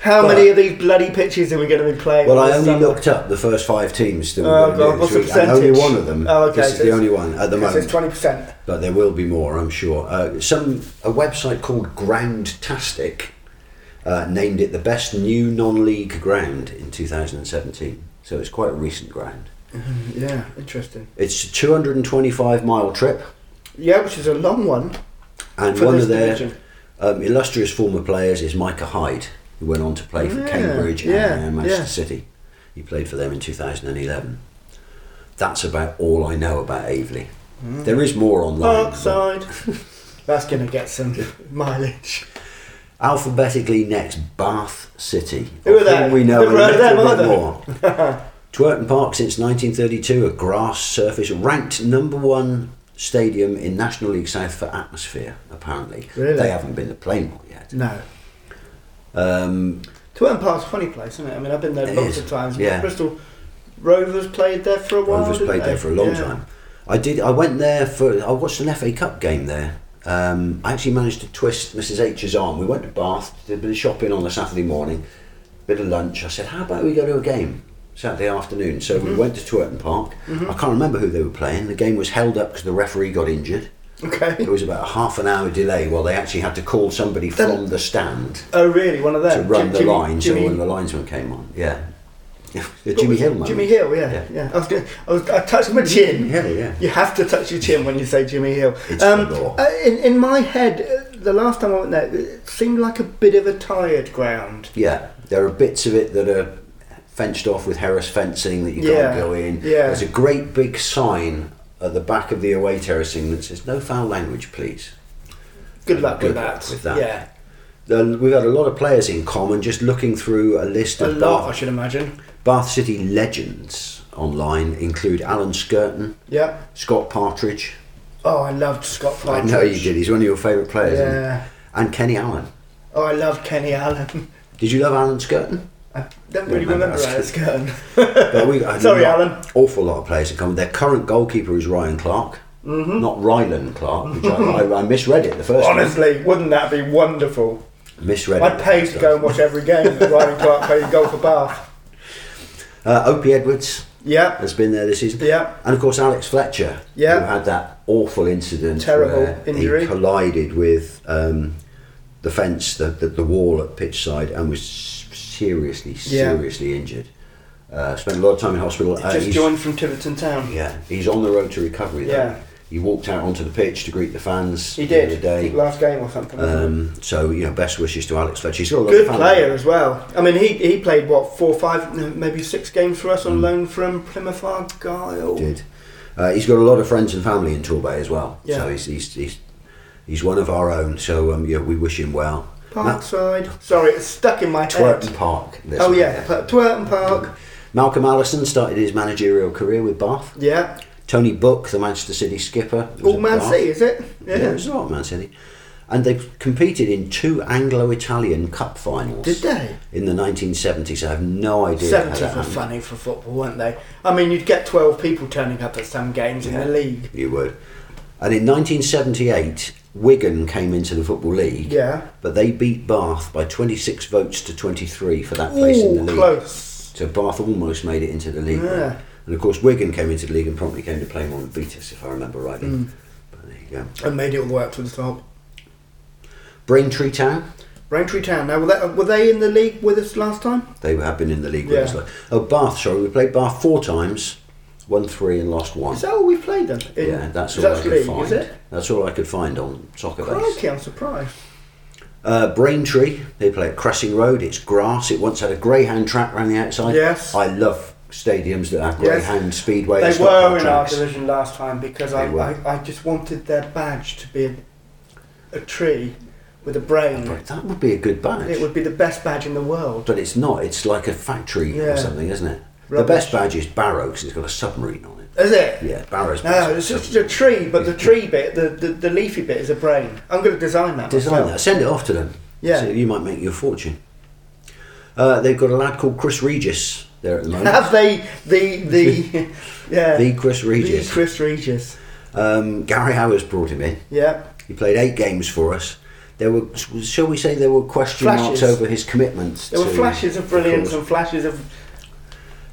Speaker 1: How
Speaker 2: But-
Speaker 1: many of these bloody pitches are we going to be playing?
Speaker 2: Well, I only
Speaker 1: this summer?
Speaker 2: looked up the first five teams that were
Speaker 1: Oh,
Speaker 2: going
Speaker 1: God,
Speaker 2: to
Speaker 1: what's
Speaker 2: do
Speaker 1: the
Speaker 2: it this week, and only
Speaker 1: percentage?
Speaker 2: one of them.
Speaker 1: Oh, okay,
Speaker 2: This is
Speaker 1: so
Speaker 2: the
Speaker 1: it's-
Speaker 2: only one at the
Speaker 1: Because
Speaker 2: moment.
Speaker 1: it's twenty percent.
Speaker 2: but there will be more, I'm sure. Uh, some a website called Groundtastic uh, named it the best new non-league ground in 2017. So it's quite a recent ground.
Speaker 1: Yeah, interesting.
Speaker 2: It's a 225 mile trip,
Speaker 1: Yeah, which is a long one.
Speaker 2: and
Speaker 1: For
Speaker 2: one
Speaker 1: this
Speaker 2: of their
Speaker 1: division.
Speaker 2: um, illustrious former players is Micah Hyde, who went on to play for
Speaker 1: Yeah,
Speaker 2: Cambridge
Speaker 1: Ah, yeah,
Speaker 2: and uh, Manchester
Speaker 1: yeah.
Speaker 2: City. He played for them in 2011. That's about all I know about Avely.
Speaker 1: Hmm.
Speaker 2: There is more online. but-
Speaker 1: Parkside. <laughs> That's going to get some mileage.
Speaker 2: Alphabetically next, Bath City.
Speaker 1: Who are
Speaker 2: I think
Speaker 1: they?
Speaker 2: We know a
Speaker 1: Never heard
Speaker 2: little
Speaker 1: of
Speaker 2: bit
Speaker 1: them
Speaker 2: more.
Speaker 1: <laughs>
Speaker 2: Twerton Park since 1932, a grass surface, ranked number one stadium in National League South for atmosphere. Apparently,
Speaker 1: Really?
Speaker 2: they haven't been to Playmore yet.
Speaker 1: No.
Speaker 2: Um,
Speaker 1: Twerton Park's a funny place, isn't it? I mean, I've been there
Speaker 2: It
Speaker 1: lots
Speaker 2: is,
Speaker 1: of times.
Speaker 2: yeah.
Speaker 1: Bristol Rovers played there for a while.
Speaker 2: Rovers
Speaker 1: didn't
Speaker 2: played
Speaker 1: they?
Speaker 2: there for a long
Speaker 1: Yeah.
Speaker 2: time. I did. I went there for. I watched an FA Cup game there. Um, I actually managed to twist Mrs H's arm. We went to Bath, did a bit of shopping on a Saturday morning, bit of lunch. I said, "How about we go to a game Saturday afternoon?"
Speaker 1: Mm-hmm.
Speaker 2: So we went to Twerton Park. I can't remember who they were playing. The game was held up because the referee got injured.
Speaker 1: Okay.
Speaker 2: It was about a half an hour delay while they actually had to call somebody from the stand
Speaker 1: Oh, really? One of
Speaker 2: to
Speaker 1: them.
Speaker 2: run
Speaker 1: Jim-
Speaker 2: the
Speaker 1: Jimmy-
Speaker 2: line. So
Speaker 1: Jimmy-
Speaker 2: when the linesman came on, yeah, <laughs> the
Speaker 1: what
Speaker 2: Jimmy
Speaker 1: was it?
Speaker 2: Hill moment.
Speaker 1: Jimmy Hill, yeah,
Speaker 2: Yeah.
Speaker 1: yeah. I, was gonna, I, was, I touched my chin.
Speaker 2: Yeah, yeah.
Speaker 1: You have to touch your chin when you say Jimmy Hill.
Speaker 2: It's the law.
Speaker 1: uh, in, in my head, uh, the last time I went there, it seemed like a bit of a tired ground.
Speaker 2: Yeah, there are bits of it that are fenced off with Harris fencing that you
Speaker 1: Yeah,
Speaker 2: can't go in.
Speaker 1: yeah.
Speaker 2: There's a great big sign at the back of the away terracing that says "No foul language, please."
Speaker 1: Good luck
Speaker 2: Good
Speaker 1: with that.
Speaker 2: luck with that.
Speaker 1: Yeah,
Speaker 2: The- We've had a lot of players in common. Just looking through a list
Speaker 1: a
Speaker 2: of
Speaker 1: lot, I
Speaker 2: Bath,
Speaker 1: should imagine.
Speaker 2: Bath City legends online include Alan Skirton,
Speaker 1: Yeah.
Speaker 2: Scott Partridge.
Speaker 1: Oh, I loved Scott
Speaker 2: I
Speaker 1: Partridge.
Speaker 2: know you did. He's one of your favourite players. isn't he?
Speaker 1: Yeah.
Speaker 2: And Kenny Allen.
Speaker 1: Oh, I loved Kenny Allen. <laughs>
Speaker 2: Did you love Alan Skirton?
Speaker 1: I don't really
Speaker 2: Remember
Speaker 1: remember
Speaker 2: us.
Speaker 1: how it's going.
Speaker 2: But we
Speaker 1: <laughs>
Speaker 2: had a
Speaker 1: Sorry,
Speaker 2: lot-
Speaker 1: Alan.
Speaker 2: Awful lot of players in common. Their current goalkeeper is Ryan Clark,
Speaker 1: Mm-hmm.
Speaker 2: not Rylan Clark, which I, I, I misread it the first time.
Speaker 1: Honestly, wouldn't that be wonderful?
Speaker 2: Misread it.
Speaker 1: I'd
Speaker 2: the
Speaker 1: pay
Speaker 2: first
Speaker 1: to go
Speaker 2: time.
Speaker 1: and watch every game that Ryan Clark played goal for Bath.
Speaker 2: Uh, Opie Edwards
Speaker 1: Yeah,
Speaker 2: has been there this season.
Speaker 1: yeah.
Speaker 2: And of course, Alex Fletcher,
Speaker 1: Yeah.
Speaker 2: who had that awful incident.
Speaker 1: Terrible
Speaker 2: where He
Speaker 1: injury.
Speaker 2: collided with um, the fence, the, the, the wall at pitch side, and was seriously,
Speaker 1: Yeah.
Speaker 2: seriously injured. Uh, spent a lot of time in hospital. Uh,
Speaker 1: Just
Speaker 2: he's-
Speaker 1: joined from Tiverton Town.
Speaker 2: Yeah, he's on the road to recovery. Though.
Speaker 1: Yeah.
Speaker 2: He walked out onto the pitch to greet the fans
Speaker 1: He
Speaker 2: the other
Speaker 1: did.
Speaker 2: day.
Speaker 1: Last game or something. wasn't it?
Speaker 2: Um, so you know, best wishes to Alex Fletcher. He's got a lovely
Speaker 1: Good
Speaker 2: family.
Speaker 1: player as well. I mean, he, he played, what, four, five, no, maybe six games for us on loan from Plymouth Argyle.
Speaker 2: Mm. Did. Uh, he's got a lot of friends and family in Torbay as well.
Speaker 1: Yeah.
Speaker 2: So he's he's, he's he's one of our own. So um, yeah, we wish him well. Ma-
Speaker 1: Parkside. Sorry, it's stuck in my head.
Speaker 2: Twerton Park. this
Speaker 1: Oh,
Speaker 2: one,
Speaker 1: yeah. P- Twerton Park.
Speaker 2: Malcolm Allison started his managerial career with Bath.
Speaker 1: Yeah.
Speaker 2: Tony Book, the Manchester City skipper, was
Speaker 1: All
Speaker 2: at
Speaker 1: Man
Speaker 2: Bath.
Speaker 1: City, is it?
Speaker 2: Yeah, it
Speaker 1: Yeah.
Speaker 2: was a lot of Man City. And they competed in two Anglo-Italian Cup finals.
Speaker 1: Did they?
Speaker 2: in the 1970s. I have no idea. how that
Speaker 1: 70 were
Speaker 2: happened.
Speaker 1: funny for football, weren't they? I mean, you'd get 12 people turning up at some games in the league.
Speaker 2: You would. And in 1978, Wigan came into the Football League.
Speaker 1: Yeah.
Speaker 2: But they beat Bath by 26 votes to 23 for that place in the
Speaker 1: Ooh,
Speaker 2: league.
Speaker 1: close.
Speaker 2: So Bath almost made it into the league.
Speaker 1: Yeah.
Speaker 2: And of course, Wigan came into the league and promptly came to play one and beat us, if I remember rightly.
Speaker 1: Hmm.
Speaker 2: But there you go.
Speaker 1: And made it all the way up to the top.
Speaker 2: Braintree Town,
Speaker 1: Braintree Town. Now, were they, were they in the league with us last time?
Speaker 2: they have been in the league
Speaker 1: Yeah.
Speaker 2: with us. like- Oh, Bath, sorry, we played Bath four times, won three and lost one.
Speaker 1: Is that all we played them? In-
Speaker 2: yeah, that's all
Speaker 1: that's
Speaker 2: I could
Speaker 1: league,
Speaker 2: find.
Speaker 1: Is it?
Speaker 2: That's all I could find on soccer base.
Speaker 1: Crikey, I'm surprised.
Speaker 2: Uh, Braintree, they play at Cressing Road. It's grass. It once had a greyhound track round the outside.
Speaker 1: Yes.
Speaker 2: I love stadiums that have
Speaker 1: Yes.
Speaker 2: greyhound speedway. and
Speaker 1: They
Speaker 2: stock car
Speaker 1: were in our
Speaker 2: tracks.
Speaker 1: division last time because I,
Speaker 2: They were.
Speaker 1: I, I just wanted their badge to be a, a tree with a brain.
Speaker 2: But that would be a good badge.
Speaker 1: It would be the best badge in the world.
Speaker 2: But it's not. It's like a factory or
Speaker 1: Yeah.
Speaker 2: something, isn't it? The
Speaker 1: Rubbish.
Speaker 2: best badge is Barrow because it's got a submarine on it.
Speaker 1: Is it?
Speaker 2: Yeah, Barrow's. badge
Speaker 1: No,
Speaker 2: is
Speaker 1: it's
Speaker 2: a
Speaker 1: just a
Speaker 2: submarine.
Speaker 1: tree, but the tree bit, the, the, the leafy bit is a brain. I'm going to design that.
Speaker 2: Design
Speaker 1: myself.
Speaker 2: that. Send it off to them.
Speaker 1: Yeah.
Speaker 2: So you might make your fortune. Uh, they've got a lad called Chris Regis there
Speaker 1: <laughs>
Speaker 2: at the moment.
Speaker 1: Have they the the
Speaker 2: <laughs>
Speaker 1: yeah
Speaker 2: the Chris
Speaker 1: the
Speaker 2: Regis.
Speaker 1: Chris Regis?
Speaker 2: Um, Gary Howard's brought him in.
Speaker 1: Yeah,
Speaker 2: He played eight games for us. There were, shall we say, there were question marks
Speaker 1: Flashes.
Speaker 2: over his commitments.
Speaker 1: there were
Speaker 2: to
Speaker 1: flashes of
Speaker 2: the
Speaker 1: brilliance
Speaker 2: cause.
Speaker 1: and flashes of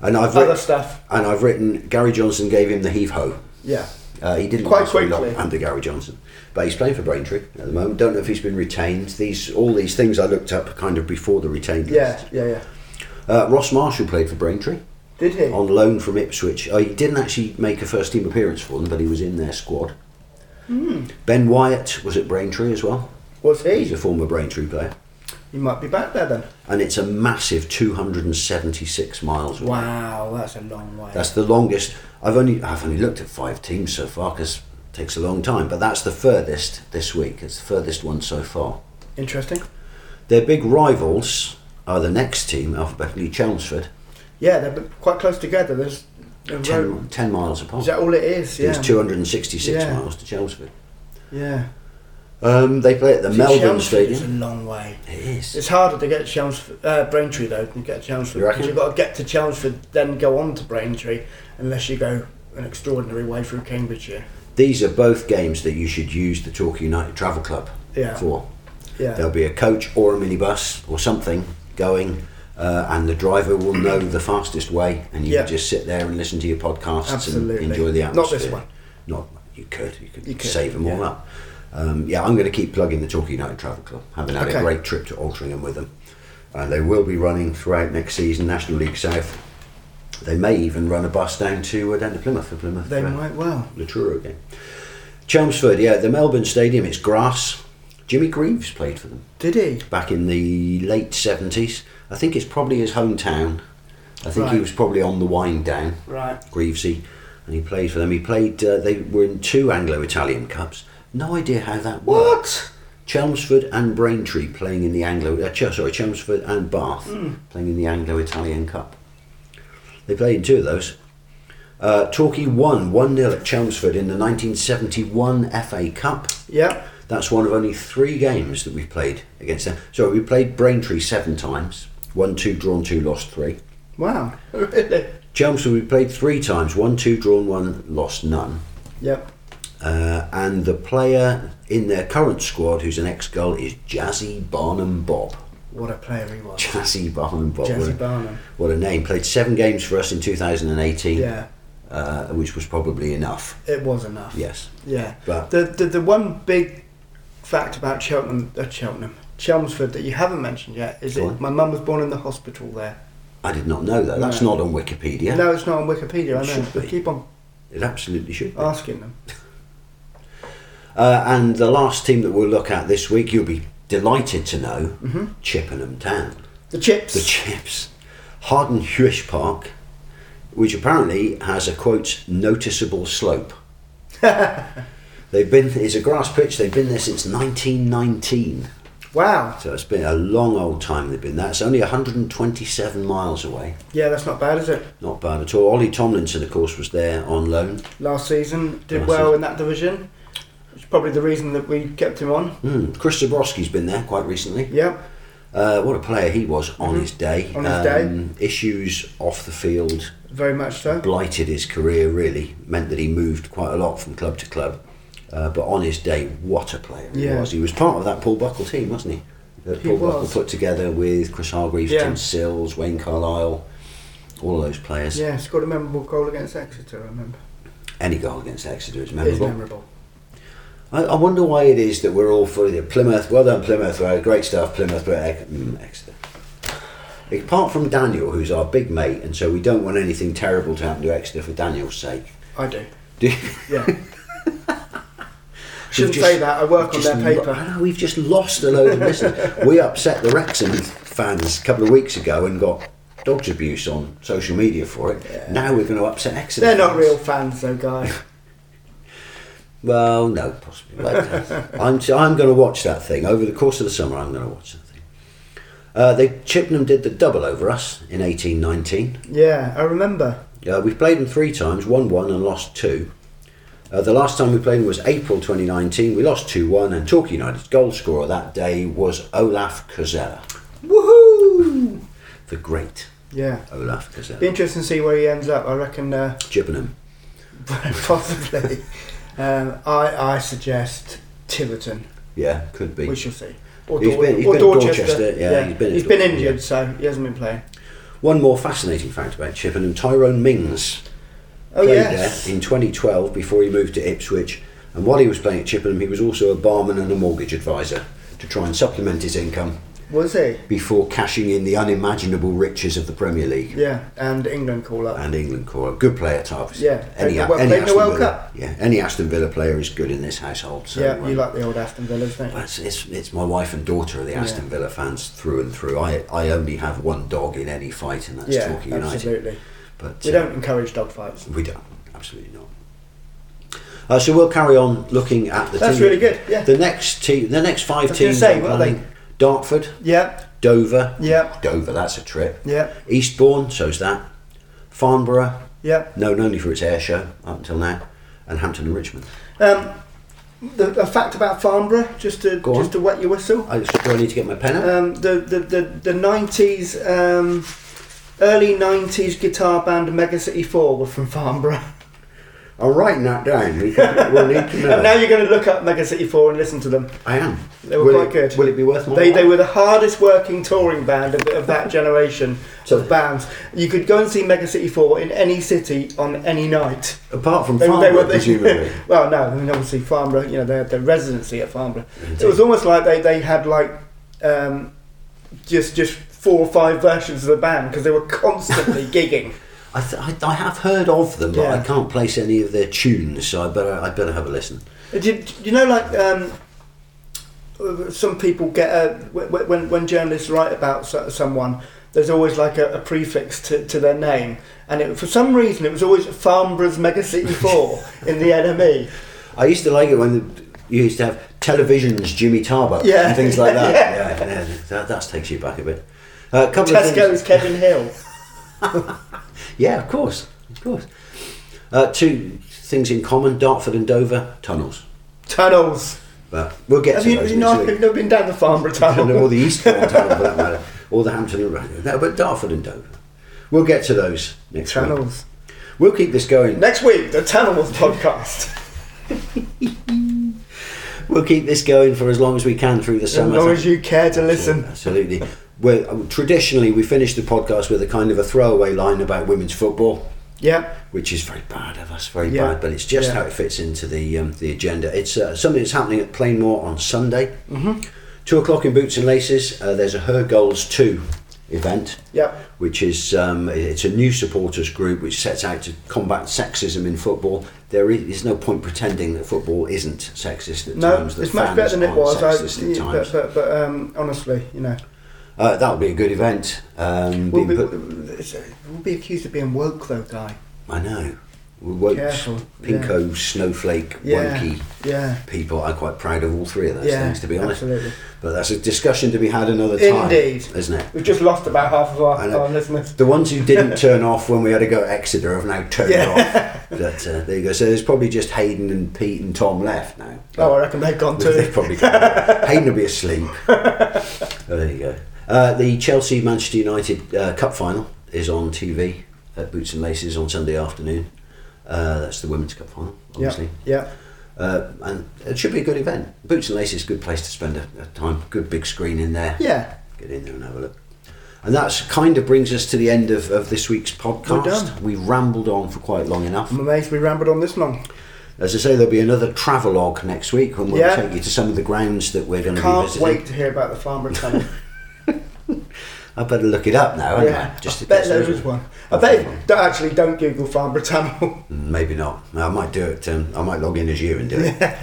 Speaker 2: And I've
Speaker 1: other
Speaker 2: writ-
Speaker 1: stuff.
Speaker 2: and I've written Gary Johnson gave him the heave ho.
Speaker 1: Yeah,
Speaker 2: Uh, he didn't
Speaker 1: Quite
Speaker 2: last very
Speaker 1: quickly.
Speaker 2: long under Gary Johnson, but he's playing for Braintree at the moment. Don't know if he's been retained. These all these things I looked up kind of before the retained
Speaker 1: yeah,
Speaker 2: list.
Speaker 1: yeah, yeah.
Speaker 2: Uh, Ross Marshall played for Braintree
Speaker 1: Did he?
Speaker 2: on loan from Ipswich. Uh, he didn't actually make a first team appearance for them, but he was in their squad.
Speaker 1: Hmm.
Speaker 2: Ben Wyatt was at Braintree as well.
Speaker 1: Was
Speaker 2: He's
Speaker 1: he?
Speaker 2: a former Braintree player.
Speaker 1: He might be back there then.
Speaker 2: and it's a massive 276 miles. away.
Speaker 1: Wow, that's a long way.
Speaker 2: That's the longest. I've only I've only looked at five teams so far because it takes a long time, but that's the furthest this week. It's the furthest one so far.
Speaker 1: interesting.
Speaker 2: Their big rivals are the next team, alphabetically Chelmsford,
Speaker 1: Yeah, they're b- quite close together. There's a road.
Speaker 2: 10, 10 miles apart.
Speaker 1: Is that all it is? Yeah.
Speaker 2: It's 266
Speaker 1: Yeah.
Speaker 2: miles to Chelmsford.
Speaker 1: Yeah.
Speaker 2: Um, they play at the
Speaker 1: See,
Speaker 2: Melbourne
Speaker 1: Chelmsford is a
Speaker 2: Stadium.
Speaker 1: long way.
Speaker 2: It is.
Speaker 1: It's harder to get Chelmsford, uh, Braintree though than get Chelmsford
Speaker 2: You reckon?
Speaker 1: because you've got to get to Chelmsford, then go on to Braintree, unless you go an extraordinary way through Cambridgeshire.
Speaker 2: These are both games that you should use the Torquay United Travel Club
Speaker 1: Yeah.
Speaker 2: for.
Speaker 1: Yeah.
Speaker 2: There'll be a coach or a minibus or something going, uh, and the driver will know the fastest way, and you
Speaker 1: Yeah.
Speaker 2: can just sit there and listen to your podcasts
Speaker 1: Absolutely.
Speaker 2: and enjoy the
Speaker 1: Not this
Speaker 2: atmosphere.
Speaker 1: one.
Speaker 2: Not you could you could,
Speaker 1: You could,
Speaker 2: save them all
Speaker 1: yeah.
Speaker 2: up. Um, yeah, I'm going to keep plugging the Torquay United Travel Club. Having had
Speaker 1: Okay.
Speaker 2: a great trip to Altrincham with them, and they will be running throughout next season National League South. They may even run a bus down to uh, down to Plymouth for Plymouth.
Speaker 1: They
Speaker 2: uh,
Speaker 1: might well.
Speaker 2: the Truro game. Chelmsford, yeah, the Melbourne Stadium is grass. Jimmy Greaves played for them
Speaker 1: Did he?
Speaker 2: back in the late 70s. I think it's probably his hometown. I think he
Speaker 1: Right.
Speaker 2: was probably on the wind down,
Speaker 1: Right.
Speaker 2: Greavesy, and he played for them. He played, uh, they were in two Anglo Italian Cups. No idea how that worked.
Speaker 1: What?
Speaker 2: Chelmsford and Braintree playing in the Anglo, uh, Ch- sorry, Chelmsford and Bath playing in the Anglo Italian Cup. They played in two of those. Uh, Torquay won 1 0 at Chelmsford in the 1971 FA Cup.
Speaker 1: Yep.
Speaker 2: That's one of only three games that we've played against them. So we played Braintree seven times. One, two, drawn, two, lost three.
Speaker 1: Wow. Really?
Speaker 2: Chelmsford we played three times. One, two, drawn, one, lost none.
Speaker 1: Yep.
Speaker 2: Uh, and the player in their current squad who's an ex-goal is Jazzy Barnum Bob. <laughs>
Speaker 1: What a player he was.
Speaker 2: Jazzy Barnum Bob. what,
Speaker 1: Jazzy
Speaker 2: a,
Speaker 1: Barnum.
Speaker 2: what a name. Played seven games for us in 2018,
Speaker 1: Yeah.
Speaker 2: uh, which was probably enough.
Speaker 1: It was enough.
Speaker 2: Yes.
Speaker 1: Yeah.
Speaker 2: But-
Speaker 1: the, the the one big fact about Cheltenham, uh, Cheltenham, Chelmsford that you haven't mentioned yet is
Speaker 2: Go
Speaker 1: that
Speaker 2: on.
Speaker 1: my mum was born in the hospital there.
Speaker 2: I did not know that. That's
Speaker 1: No.
Speaker 2: not on Wikipedia.
Speaker 1: No, it's not on Wikipedia. I know.
Speaker 2: Should
Speaker 1: But
Speaker 2: be.
Speaker 1: keep on
Speaker 2: It absolutely should be.
Speaker 1: asking them.
Speaker 2: Uh, and the last team that we'll look at this week, you'll be delighted to know,
Speaker 1: Mm-hmm.
Speaker 2: Chippenham Town.
Speaker 1: The chips.
Speaker 2: The Chips. Harden Hewish Park, which apparently has a quote, noticeable
Speaker 1: <laughs>
Speaker 2: slope. They've been, it's a grass pitch, they've been there since 1919.
Speaker 1: wow.
Speaker 2: So it's been a long old time they've been there. It's only 127 miles away.
Speaker 1: Yeah, that's not bad, is it?
Speaker 2: Not bad at all. Ollie Tomlinson, of course, was there on loan.
Speaker 1: Last season did
Speaker 2: Last
Speaker 1: well
Speaker 2: season.
Speaker 1: in that division. It's probably the reason that we kept him on.
Speaker 2: Hmm, Chris Zabrowski's been there quite recently.
Speaker 1: Yep.
Speaker 2: Uh, what a player he was on his day.
Speaker 1: Mm-hmm.
Speaker 2: Um,
Speaker 1: On his day.
Speaker 2: Issues off the field
Speaker 1: Very much so.
Speaker 2: blighted his career, really. Meant that he moved quite a lot from club to club. Uh, but on his day, what a player he
Speaker 1: Yeah.
Speaker 2: was. He was part of that Paul Buckle team, wasn't he? That
Speaker 1: He
Speaker 2: Paul Buckle
Speaker 1: was.
Speaker 2: put together with Chris Hargreaves,
Speaker 1: Yeah.
Speaker 2: Tim Sills, Wayne Carlisle, all those players.
Speaker 1: Yeah, scored a memorable goal against Exeter, I remember.
Speaker 2: Any goal against Exeter is
Speaker 1: It is
Speaker 2: memorable.
Speaker 1: memorable.
Speaker 2: I, I wonder why it is that we're all for the Plymouth. Well done, Plymouth. Right, great stuff, Plymouth. But Ex- mm, Exeter. Apart from Daniel, who's our big mate, and so we don't want anything terrible to happen to Exeter for Daniel's sake.
Speaker 1: I do.
Speaker 2: Do you- <laughs>
Speaker 1: Yeah. Shouldn't
Speaker 2: We've just-
Speaker 1: say that. I work on
Speaker 2: just
Speaker 1: their
Speaker 2: lo-
Speaker 1: paper.
Speaker 2: I know, we've just lost a load of
Speaker 1: <laughs>
Speaker 2: listeners. we upset the Wrexham fans a couple of weeks ago and got dogs abuse on social media for it. Now we're going to upset Exeter.
Speaker 1: They're not
Speaker 2: fans.
Speaker 1: real fans, though, guys.
Speaker 2: Well, no, possibly. But
Speaker 1: <laughs>
Speaker 2: uh, I'm, I'm going to watch that thing over the course of the summer. I'm going to watch that thing. Uh, they Chippenham did the double over us in 1819.
Speaker 1: Yeah, I remember.
Speaker 2: Uh, we've played them three times, one one and lost two. Uh, the last time we played them was April 2019. We lost 2 1, and Torquay United's goal scorer that day was Olaf Kozella,
Speaker 1: Woohoo!
Speaker 2: the great
Speaker 1: Yeah.
Speaker 2: Olaf
Speaker 1: Be
Speaker 2: Kozella.
Speaker 1: interesting to see where he ends up. I reckon, uh, <laughs>
Speaker 2: Chippenham.
Speaker 1: possibly. um, I, I suggest Tiverton.
Speaker 2: Yeah, could be.
Speaker 1: We shall see. Or,
Speaker 2: He's
Speaker 1: Dor-
Speaker 2: been- he's
Speaker 1: or
Speaker 2: been at Dorchester, yeah, he's been at
Speaker 1: he's been
Speaker 2: Dorchester,
Speaker 1: injured, so he hasn't been playing.
Speaker 2: One more fascinating fact about Chippenham Tyrone Mings.
Speaker 1: Oh,
Speaker 2: played
Speaker 1: yes.
Speaker 2: there in 2012 before he moved to Ipswich. And while he was playing at Chippenham, he was also a barman and a mortgage advisor to try and supplement his income
Speaker 1: Was he?
Speaker 2: before cashing in the unimaginable riches of the Premier League
Speaker 1: Yeah, and England call up.
Speaker 2: and England core. Good player, Tarvis.
Speaker 1: Yeah,
Speaker 2: any, any
Speaker 1: played the- played the
Speaker 2: Aston
Speaker 1: World
Speaker 2: Villa,
Speaker 1: Cup.
Speaker 2: Yeah, any Aston Villa player is good in this household. So,
Speaker 1: yeah, you
Speaker 2: um,
Speaker 1: like the old Aston Villas, don't you?
Speaker 2: that's, it's, it's my wife and daughter are the Aston Villa fans through and through. I, I only have one dog in any fight, and that's
Speaker 1: Yeah,
Speaker 2: Torquay United.
Speaker 1: absolutely.
Speaker 2: But
Speaker 1: We
Speaker 2: uh,
Speaker 1: don't encourage dogfights.
Speaker 2: We don't. Absolutely not. Uh, so we'll carry on looking at the.
Speaker 1: That's
Speaker 2: team.
Speaker 1: really good, yeah.
Speaker 2: The next team, the next five
Speaker 1: was gonna
Speaker 2: teams.
Speaker 1: say,
Speaker 2: I'm
Speaker 1: what are they?
Speaker 2: planning, Dartford,
Speaker 1: Yep,
Speaker 2: Dover.
Speaker 1: Yep.
Speaker 2: Dover. That's a trip.
Speaker 1: yep,
Speaker 2: Eastbourne. So's that. Farnborough.
Speaker 1: yep.
Speaker 2: Known only for its air show up until now, and Hampton and Richmond.
Speaker 1: Um, the, a fact about Farnborough, just to
Speaker 2: Go on.
Speaker 1: just to wet your whistle.
Speaker 2: I, do I need to get my pen out?
Speaker 1: Um, the the the the nineties, um, early nineties guitar band Mega City Four were from Farnborough. <laughs>
Speaker 2: I'm writing that down because we'll need to
Speaker 1: And <laughs> now
Speaker 2: know.
Speaker 1: you're going to look up Mega City 4 and listen to them.
Speaker 2: I am.
Speaker 1: They were
Speaker 2: will
Speaker 1: quite
Speaker 2: it,
Speaker 1: good.
Speaker 2: Will it be worth more?
Speaker 1: They, they were the hardest working touring band of,
Speaker 2: <laughs>
Speaker 1: of that generation
Speaker 2: So-
Speaker 1: of bands. You could go and see Mega City 4 in any city on any night.
Speaker 2: Apart from
Speaker 1: They, they were
Speaker 2: Farnborough,
Speaker 1: they-
Speaker 2: presumably.
Speaker 1: <laughs> well, no, I mean, obviously Farnborough. You know, they had their residency at Farnborough, so it was almost like they, they had like um, just just four or five versions of the band because they were
Speaker 2: <laughs>
Speaker 1: constantly gigging.
Speaker 2: I, th- I, I have heard of them, but I
Speaker 1: Yeah.
Speaker 2: can't place any of their tunes, so I better I better have a listen.
Speaker 1: Did you know like um, uh, some people get a, when, when when journalists write about so- someone, there's always like a, a prefix to, to their name, and it, for some reason it was always Farnborough's Mega
Speaker 2: <laughs>
Speaker 1: City Four in the E. NME.
Speaker 2: I used to like it when the, you used to have televisions, Jimmy Tarbuck,
Speaker 1: Yeah.
Speaker 2: and things like
Speaker 1: <laughs>
Speaker 2: that. yeah, yeah, that, that takes you back a bit. Uh, a couple of things.
Speaker 1: Tesco's Kevin Hill.
Speaker 2: Yeah, of course, of course. Uh, two things in common: Dartford and Dover tunnels.
Speaker 1: Tunnels.
Speaker 2: But we'll get
Speaker 1: Have
Speaker 2: to
Speaker 1: you,
Speaker 2: those
Speaker 1: you
Speaker 2: next
Speaker 1: not,
Speaker 2: week.
Speaker 1: never been down the Farnborough
Speaker 2: and all
Speaker 1: <laughs> Tunnel?
Speaker 2: the Eastbourne tunnel for that matter, all the Hampton and Rugby. No, but Dartford and Dover. We'll get to those next week.
Speaker 1: Tunnels.
Speaker 2: We'll keep this going.
Speaker 1: Next week, the Tunnels podcast. <laughs>
Speaker 2: We'll keep this going for as long as we can through the
Speaker 1: as
Speaker 2: summer.
Speaker 1: long as you care to listen.
Speaker 2: Absolutely. Well, um, traditionally, we finish the podcast with a kind of a throwaway line about women's football,
Speaker 1: Yep.
Speaker 2: which is very bad of us, very
Speaker 1: Yeah.
Speaker 2: bad. But it's just
Speaker 1: Yeah.
Speaker 2: how it fits into the um, the agenda. It's uh, something that's happening at Plainmoor on Sunday, mm-hmm. two o'clock in Boots and Laces. Uh, there's a Her Goals Two event.
Speaker 1: Yep.
Speaker 2: which is um, it's a new supporters group which sets out to combat sexism in football. There is, there's no point pretending that football isn't sexist at
Speaker 1: No,
Speaker 2: times. that
Speaker 1: it's much
Speaker 2: fans
Speaker 1: better than it
Speaker 2: aren't
Speaker 1: was.
Speaker 2: Sexist at
Speaker 1: I, but
Speaker 2: times.
Speaker 1: but, but um, honestly, you know,
Speaker 2: Uh, that'll be a good event. Um,
Speaker 1: we'll be,
Speaker 2: being put-
Speaker 1: it's- we'll be accused of being woke, though, guy.
Speaker 2: I know. We woke,
Speaker 1: Careful,
Speaker 2: pinko, snowflake,
Speaker 1: Yeah.
Speaker 2: wonky
Speaker 1: Yeah.
Speaker 2: people. I'm quite proud of all three of those
Speaker 1: Yeah,
Speaker 2: things, to be honest.
Speaker 1: absolutely.
Speaker 2: But that's a discussion to be had another time.
Speaker 1: Indeed.
Speaker 2: Isn't it?
Speaker 1: We've just lost about half of
Speaker 2: I
Speaker 1: our,
Speaker 2: know.
Speaker 1: our listeners.
Speaker 2: The ones who
Speaker 1: <laughs>
Speaker 2: didn't turn off when we had to go to Exeter have now turned off. But uh, there you go. So there's probably just Hayden and Pete and Tom left now.
Speaker 1: Oh, I reckon they've
Speaker 2: <laughs>
Speaker 1: gone
Speaker 2: They've
Speaker 1: too.
Speaker 2: probably gone. Hayden will be
Speaker 1: <laughs>
Speaker 2: asleep. oh, there you go. Uh, the Chelsea Manchester United uh, Cup final is on TV at Boots and Laces on Sunday afternoon. Uh, that's the Women's Cup final, obviously.
Speaker 1: Yeah. Yeah.
Speaker 2: Uh, and it should be a good event. Boots and Laces, good place to spend a, a time. Good big screen in there
Speaker 1: Yeah.
Speaker 2: get in there and have a look. And that's kind of brings us to the end of, of this week's podcast.
Speaker 1: We're done.
Speaker 2: We rambled on for quite long enough.
Speaker 1: I'm amazed we rambled on this long.
Speaker 2: As I say, there'll be another travelogue next week when we'll
Speaker 1: Yeah.
Speaker 2: take you to some of the grounds that we're going to be
Speaker 1: Can't
Speaker 2: visiting.
Speaker 1: wait to hear about the
Speaker 2: <laughs>
Speaker 1: Farnborough Tunnel.
Speaker 2: I better look it up now, haven't
Speaker 1: yeah.
Speaker 2: I? Just
Speaker 1: I
Speaker 2: to
Speaker 1: bet
Speaker 2: get
Speaker 1: there
Speaker 2: some-
Speaker 1: is one. I bet. Don't, actually, don't Google Farnborough Tunnel.
Speaker 2: Mm, Maybe not. I might do it. Um, I might log in as you and do it.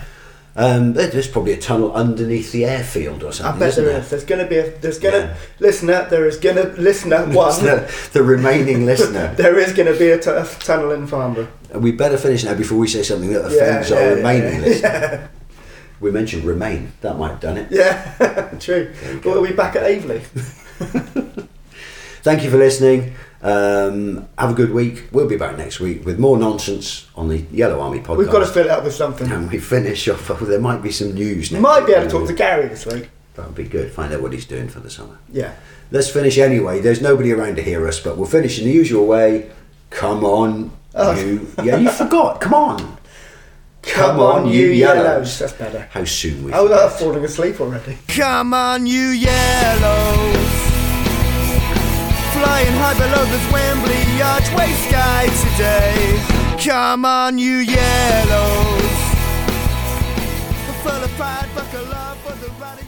Speaker 2: Um, there- there's probably a tunnel underneath the airfield or something.
Speaker 1: I bet
Speaker 2: isn't
Speaker 1: there is. There's going to be a. There's going
Speaker 2: Yeah.
Speaker 1: to listener. There is going to listener <laughs>
Speaker 2: It's
Speaker 1: one.
Speaker 2: The, the remaining <laughs> listener.
Speaker 1: There is going to be a tu- a tunnel in Farnborough.
Speaker 2: And we better finish now before we say something that
Speaker 1: Yeah,
Speaker 2: offends
Speaker 1: yeah,
Speaker 2: our
Speaker 1: yeah,
Speaker 2: remaining
Speaker 1: yeah.
Speaker 2: listener.
Speaker 1: <laughs>
Speaker 2: We mentioned remain. That might have done it.
Speaker 1: Yeah, <laughs> true.
Speaker 2: go.
Speaker 1: We'll be back at <laughs> Avely.
Speaker 2: Thank you for listening. Um, have a good week. We'll be back next week with more nonsense on the Yellow Army podcast.
Speaker 1: We've got to fill it up with something.
Speaker 2: and we finish off. Oh, there might be some news. Next
Speaker 1: Might be able
Speaker 2: week.
Speaker 1: to talk to Gary this week.
Speaker 2: That'd be good. Find out what he's doing for the summer.
Speaker 1: Yeah.
Speaker 2: Let's finish anyway. There's nobody around to hear us, but we'll finish in the usual way. Come on,
Speaker 1: Oh.
Speaker 2: you. Yeah, you forgot. Come on.
Speaker 1: Come, on, you yellows. That's better.
Speaker 2: How soon we?
Speaker 1: I was uh,
Speaker 2: forget.
Speaker 1: falling asleep already.
Speaker 3: Come on, you yellows. Flying high below this Wembley archway sky today. Come on, you yellows. Full of pride, buckle up for the ride.